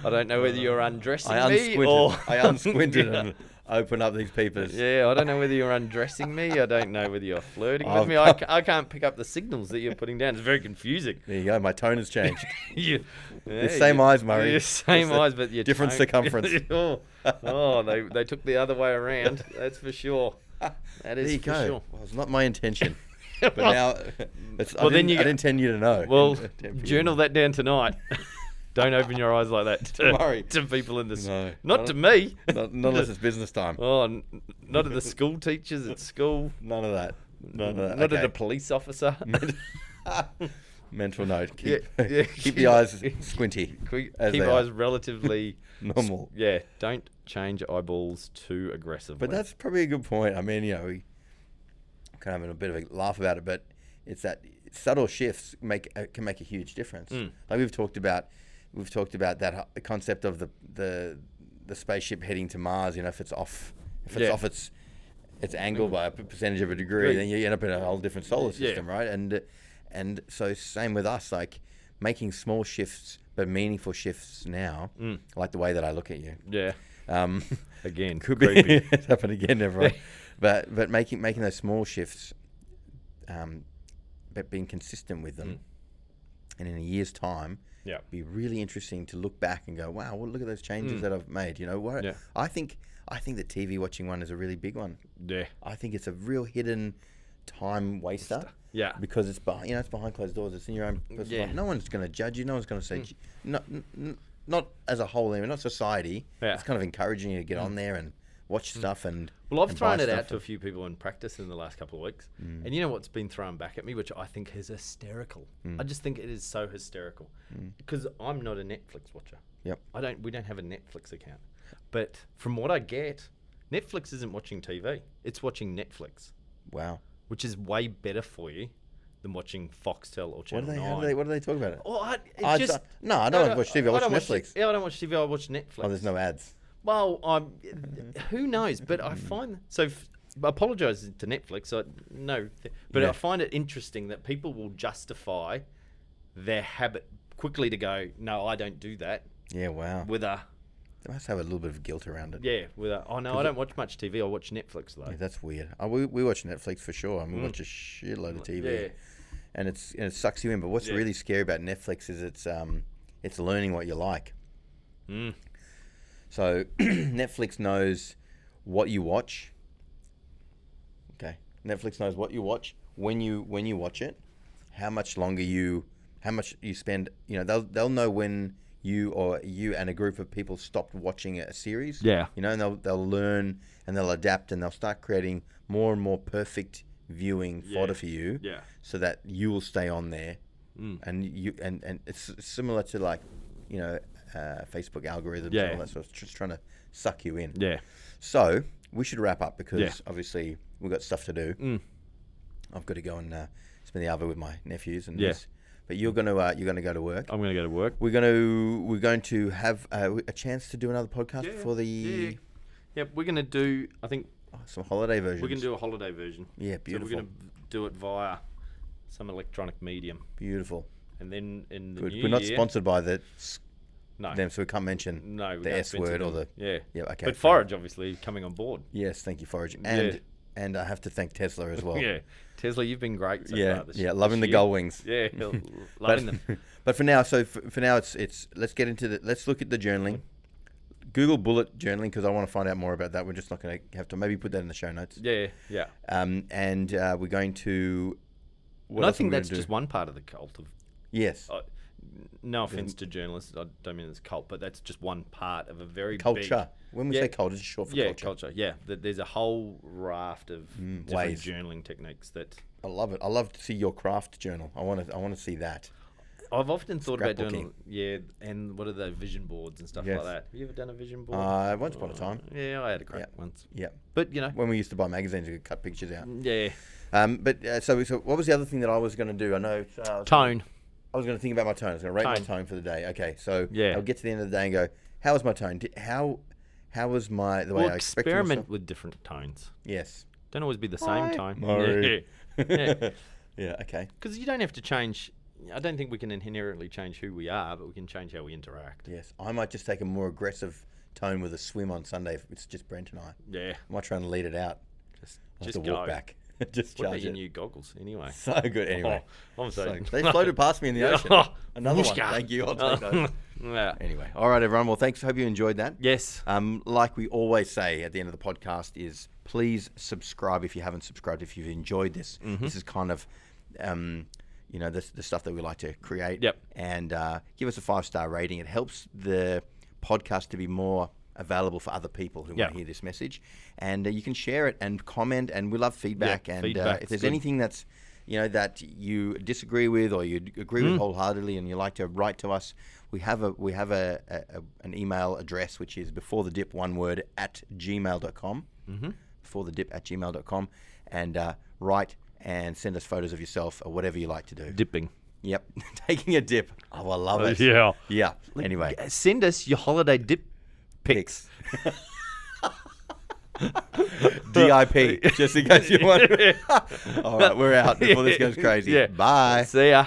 [SPEAKER 2] I don't know whether you're undressing
[SPEAKER 1] Uh, I
[SPEAKER 2] me
[SPEAKER 1] unsquinted.
[SPEAKER 2] or
[SPEAKER 1] I unsquinted. and open up these papers.
[SPEAKER 2] Yeah, I don't know whether you're undressing me. I don't know whether you're flirting with me. I, ca- I can't pick up the signals that you're putting down. It's very confusing.
[SPEAKER 1] There you go. My tone has changed.
[SPEAKER 2] you, yeah,
[SPEAKER 1] same eyes, Murray.
[SPEAKER 2] yeah, same
[SPEAKER 1] It's a
[SPEAKER 2] eyes, but your
[SPEAKER 1] different
[SPEAKER 2] tone-
[SPEAKER 1] circumference.
[SPEAKER 2] oh, oh, they they took the other way around. That's for sure. That
[SPEAKER 1] there
[SPEAKER 2] is
[SPEAKER 1] you
[SPEAKER 2] for
[SPEAKER 1] go.
[SPEAKER 2] sure.
[SPEAKER 1] Well, it's not my intention, but
[SPEAKER 2] Well-
[SPEAKER 1] now it's, I,
[SPEAKER 2] well,
[SPEAKER 1] didn't,
[SPEAKER 2] then you
[SPEAKER 1] I
[SPEAKER 2] get-
[SPEAKER 1] didn't intend you to know.
[SPEAKER 2] Well,
[SPEAKER 1] Intend for you to
[SPEAKER 2] journal
[SPEAKER 1] know.
[SPEAKER 2] that down tonight. Don't open your eyes like that
[SPEAKER 1] Murray.
[SPEAKER 2] to, to people in this.
[SPEAKER 1] No.
[SPEAKER 2] not to me.
[SPEAKER 1] Not, not unless it's business time.
[SPEAKER 2] Oh, n- not to the school teachers at school.
[SPEAKER 1] None of that. None of that.
[SPEAKER 2] Not to the
[SPEAKER 1] Okay.
[SPEAKER 2] police officer.
[SPEAKER 1] Mental note. Keep,
[SPEAKER 2] Yeah, yeah.
[SPEAKER 1] keep the eyes squinty.
[SPEAKER 2] Quick-
[SPEAKER 1] as
[SPEAKER 2] keep
[SPEAKER 1] they are.
[SPEAKER 2] eyes relatively
[SPEAKER 1] Normal.
[SPEAKER 2] Yeah, don't change eyeballs too aggressively.
[SPEAKER 1] But that's probably a good point. I mean, you know, we kind of having a bit of a laugh about it, but it's that subtle shifts make uh, can make a huge difference.
[SPEAKER 2] Mm.
[SPEAKER 1] Like we've talked about, we've talked about that h- the concept of the the the spaceship heading to Mars. You know, if it's off, if it's
[SPEAKER 2] Yeah.
[SPEAKER 1] off its its angle by a p- percentage of a degree,
[SPEAKER 2] Right.
[SPEAKER 1] then you end up in a whole different solar
[SPEAKER 2] Yeah.
[SPEAKER 1] system, right? And uh, and so same with us, like making small shifts but meaningful shifts now,
[SPEAKER 2] Mm.
[SPEAKER 1] like the way that I look at you.
[SPEAKER 2] yeah.
[SPEAKER 1] Um,
[SPEAKER 2] Again,
[SPEAKER 1] could
[SPEAKER 2] creepy.
[SPEAKER 1] be it's happened again, everyone. but but making making those small shifts, um, but being consistent with them, and in a year's time,
[SPEAKER 2] yeah.
[SPEAKER 1] be really interesting to look back and go, wow, well, look at those changes that I've made. You know, what
[SPEAKER 2] Yeah.
[SPEAKER 1] I think I think the TV watching one is a really big one.
[SPEAKER 2] Yeah.
[SPEAKER 1] I think it's a real hidden time waster.
[SPEAKER 2] Yeah.
[SPEAKER 1] Because it's behind, you know, it's behind closed doors. It's in your own personal
[SPEAKER 2] Yeah. Mm.
[SPEAKER 1] life. No one's going to judge you. No one's going to say, "Gee," not, n- n- not as a whole, anyway, not society.
[SPEAKER 2] Yeah. Mm.
[SPEAKER 1] It's kind of encouraging you to get on there and watch stuff and.
[SPEAKER 2] Well, I've
[SPEAKER 1] and Mm. buy
[SPEAKER 2] thrown it out
[SPEAKER 1] stuff.
[SPEAKER 2] to a few people in practice in the last couple of weeks, and you know what's been thrown back at me, which I think is hysterical.
[SPEAKER 1] Mm.
[SPEAKER 2] I just think it is so hysterical because I'm not a Netflix watcher.
[SPEAKER 1] Yep.
[SPEAKER 2] I don't. We don't have a Netflix account, but from what I get, Netflix isn't watching TV; it's watching Netflix,
[SPEAKER 1] Wow.
[SPEAKER 2] which is way better for you than watching Foxtel or
[SPEAKER 1] What do
[SPEAKER 2] Channel
[SPEAKER 1] they? How
[SPEAKER 2] Nine.
[SPEAKER 1] do they? What do they talk about it?
[SPEAKER 2] Oh, I, it
[SPEAKER 1] I
[SPEAKER 2] just,
[SPEAKER 1] don't- no, I don't watch TV, I watch
[SPEAKER 2] don't
[SPEAKER 1] Netflix.
[SPEAKER 2] yeah, I don't watch TV. I watch Netflix.
[SPEAKER 1] Oh, there's no ads.
[SPEAKER 2] Well, I'm. Who knows? But I find so. F- apologize to Netflix. I no, th- but
[SPEAKER 1] Yeah.
[SPEAKER 2] I find it interesting that people will justify their habit quickly to go. No, I don't do that.
[SPEAKER 1] Yeah. Wow.
[SPEAKER 2] With a
[SPEAKER 1] They must have a little bit of guilt around it.
[SPEAKER 2] yeah, with a. Oh no, I don't watch much TV. I watch Netflix though.
[SPEAKER 1] Yeah, that's weird. Oh, we, we watch Netflix for sure, and we watch a shitload of TV,
[SPEAKER 2] Mm. Yeah.
[SPEAKER 1] and it's and it sucks you in. But what's
[SPEAKER 2] Yeah.
[SPEAKER 1] really scary about Netflix is it's um it's learning what you like.
[SPEAKER 2] Mm.
[SPEAKER 1] So Netflix knows what you watch. Okay, Netflix knows what you watch when you when you watch it, how much longer you how much you spend. You know they'll they'll know when you or you and a group of people stopped watching a series.
[SPEAKER 2] Yeah.
[SPEAKER 1] you know, and they'll they'll learn and they'll adapt and they'll start creating more and more perfect viewing
[SPEAKER 2] Yeah.
[SPEAKER 1] fodder for you
[SPEAKER 2] Yeah.
[SPEAKER 1] so that you will stay on there,
[SPEAKER 2] Mm.
[SPEAKER 1] and you and and it's s- similar to like, you know, uh, Facebook algorithms
[SPEAKER 2] Yeah.
[SPEAKER 1] and all that sort of just trying to suck you in.
[SPEAKER 2] Yeah.
[SPEAKER 1] So we should wrap up because
[SPEAKER 2] Yeah.
[SPEAKER 1] obviously we've got stuff to do.
[SPEAKER 2] Mm.
[SPEAKER 1] I've got to go and uh, spend the hour with my nephews and
[SPEAKER 2] Yeah.
[SPEAKER 1] this. But you're gonna uh, you're gonna go to work.
[SPEAKER 2] I'm gonna go to work.
[SPEAKER 1] We're gonna we're going to have uh, a chance to do another podcast
[SPEAKER 2] Yeah,
[SPEAKER 1] before the
[SPEAKER 2] yeah. Yep, we're gonna do. I think
[SPEAKER 1] oh, some holiday versions.
[SPEAKER 2] we're gonna do a holiday version.
[SPEAKER 1] Yeah,
[SPEAKER 2] So
[SPEAKER 1] beautiful.
[SPEAKER 2] we're gonna do it via some electronic medium,
[SPEAKER 1] beautiful.
[SPEAKER 2] and then in the
[SPEAKER 1] Good.
[SPEAKER 2] new
[SPEAKER 1] We're not
[SPEAKER 2] year,
[SPEAKER 1] sponsored by the s-
[SPEAKER 2] No,
[SPEAKER 1] them, so we can't mention
[SPEAKER 2] no, we
[SPEAKER 1] the
[SPEAKER 2] can't
[SPEAKER 1] S
[SPEAKER 2] sponsor
[SPEAKER 1] word or
[SPEAKER 2] them.
[SPEAKER 1] the
[SPEAKER 2] yeah,
[SPEAKER 1] yeah. Okay.
[SPEAKER 2] But
[SPEAKER 1] fair.
[SPEAKER 2] forage obviously coming on board.
[SPEAKER 1] Yes, thank you, Forage,
[SPEAKER 2] Yeah.
[SPEAKER 1] and and I have to thank Tesla as well.
[SPEAKER 2] yeah, Tesla, you've been great so
[SPEAKER 1] yeah,
[SPEAKER 2] far this
[SPEAKER 1] yeah,
[SPEAKER 2] this
[SPEAKER 1] loving the
[SPEAKER 2] year.
[SPEAKER 1] gull wings.
[SPEAKER 2] Yeah, l-
[SPEAKER 1] But-
[SPEAKER 2] loving them.
[SPEAKER 1] But for now, so for, for now, it's it's let's get into the let's look at the journaling. Google bullet journaling because I want to find out more about that. We're just not going to have to maybe put that in the show notes.
[SPEAKER 2] Yeah, yeah.
[SPEAKER 1] Um, and uh, we're going to.
[SPEAKER 2] And
[SPEAKER 1] else are
[SPEAKER 2] I
[SPEAKER 1] we
[SPEAKER 2] think
[SPEAKER 1] gonna
[SPEAKER 2] that's
[SPEAKER 1] do?
[SPEAKER 2] just one part of the cult of.
[SPEAKER 1] yes
[SPEAKER 2] Uh, no offense to journalists, I don't mean it's a cult, but that's just one part of a very big-
[SPEAKER 1] culture. When we
[SPEAKER 2] Yeah.
[SPEAKER 1] say culture, it's short for
[SPEAKER 2] yeah,
[SPEAKER 1] culture. Mm,
[SPEAKER 2] culture. Yeah, Th- there's a whole raft of different
[SPEAKER 1] ways.
[SPEAKER 2] journaling techniques that
[SPEAKER 1] I love it. I love to see your craft journal. I want to. I want to see that.
[SPEAKER 2] I've often thought about
[SPEAKER 1] Scrapbooking.
[SPEAKER 2] doing. Yeah, and what are the vision boards and stuff
[SPEAKER 1] Yes.
[SPEAKER 2] like that? Have you ever done a vision board?
[SPEAKER 1] Uh, once upon a time,
[SPEAKER 2] Oh, yeah, I had a crack
[SPEAKER 1] yeah.
[SPEAKER 2] once,
[SPEAKER 1] yeah.
[SPEAKER 2] but you know,
[SPEAKER 1] When we used to buy magazines, we could cut pictures out.
[SPEAKER 2] yeah,
[SPEAKER 1] Um, but uh, so, so, what was the other thing that I was going to do? I know uh, I was-
[SPEAKER 2] tone.
[SPEAKER 1] I was going to think about my tone. I was going to rate my
[SPEAKER 2] Tone.
[SPEAKER 1] tone for the day. Okay, so
[SPEAKER 2] Yeah.
[SPEAKER 1] I'll get to the end of the day and go, how was my tone? Did, how how was my the way
[SPEAKER 2] Well,
[SPEAKER 1] I expected
[SPEAKER 2] experiment
[SPEAKER 1] myself?
[SPEAKER 2] with different tones.
[SPEAKER 1] Yes.
[SPEAKER 2] Don't always be the same
[SPEAKER 1] Hi,
[SPEAKER 2] tone.
[SPEAKER 1] Murray.
[SPEAKER 2] Yeah,
[SPEAKER 1] yeah. Okay.
[SPEAKER 2] because you don't have to change. I don't think we can inherently change who we are, but we can change how we interact.
[SPEAKER 1] Yes. I might just take a more aggressive tone with a swim on Sunday. It's just Brent and I.
[SPEAKER 2] Yeah.
[SPEAKER 1] I might try and lead it out.
[SPEAKER 2] Just,
[SPEAKER 1] I'll
[SPEAKER 2] just
[SPEAKER 1] have to
[SPEAKER 2] go.
[SPEAKER 1] walk back. just
[SPEAKER 2] What about
[SPEAKER 1] charge
[SPEAKER 2] your
[SPEAKER 1] it.
[SPEAKER 2] new goggles? Anyway.
[SPEAKER 1] So good. Anyway,
[SPEAKER 2] Oh, I'm
[SPEAKER 1] So-
[SPEAKER 2] so, Oh,
[SPEAKER 1] they floated past me in the ocean. Another one.
[SPEAKER 2] Whooshka.
[SPEAKER 1] Thank you. I'll take those.
[SPEAKER 2] yeah.
[SPEAKER 1] Anyway, all right, everyone. Well, thanks. Hope you enjoyed that.
[SPEAKER 2] Yes.
[SPEAKER 1] Um, like we always say at the end of the podcast, is please subscribe if you haven't subscribed. If you've enjoyed this,
[SPEAKER 2] Mm-hmm.
[SPEAKER 1] this is kind of, um, you know, the, the stuff that we like to create.
[SPEAKER 2] Yep.
[SPEAKER 1] And uh, give us a five star rating. It helps the podcast to be more available for other people who want
[SPEAKER 2] Yeah.
[SPEAKER 1] to hear this message. And uh, you can share it and comment. And we love feedback. and Uh,
[SPEAKER 2] feedback's
[SPEAKER 1] if there's
[SPEAKER 2] good.
[SPEAKER 1] anything that's you know that you disagree with or you d- agree
[SPEAKER 2] Mm.
[SPEAKER 1] with wholeheartedly and you like to write to us we have a we have a, a, a an email address which is before the dip one word at gmail.com mm-hmm. before the dip at gmail.com and uh, write and send us photos of yourself or whatever you like to do
[SPEAKER 2] Dipping.
[SPEAKER 1] yep taking a dip oh i love it
[SPEAKER 2] uh, yeah.
[SPEAKER 1] yeah anyway
[SPEAKER 2] Send us your holiday dip pics.
[SPEAKER 1] dip just in case you want all right we're out before this goes crazy
[SPEAKER 2] Yeah.
[SPEAKER 1] bye
[SPEAKER 2] See ya.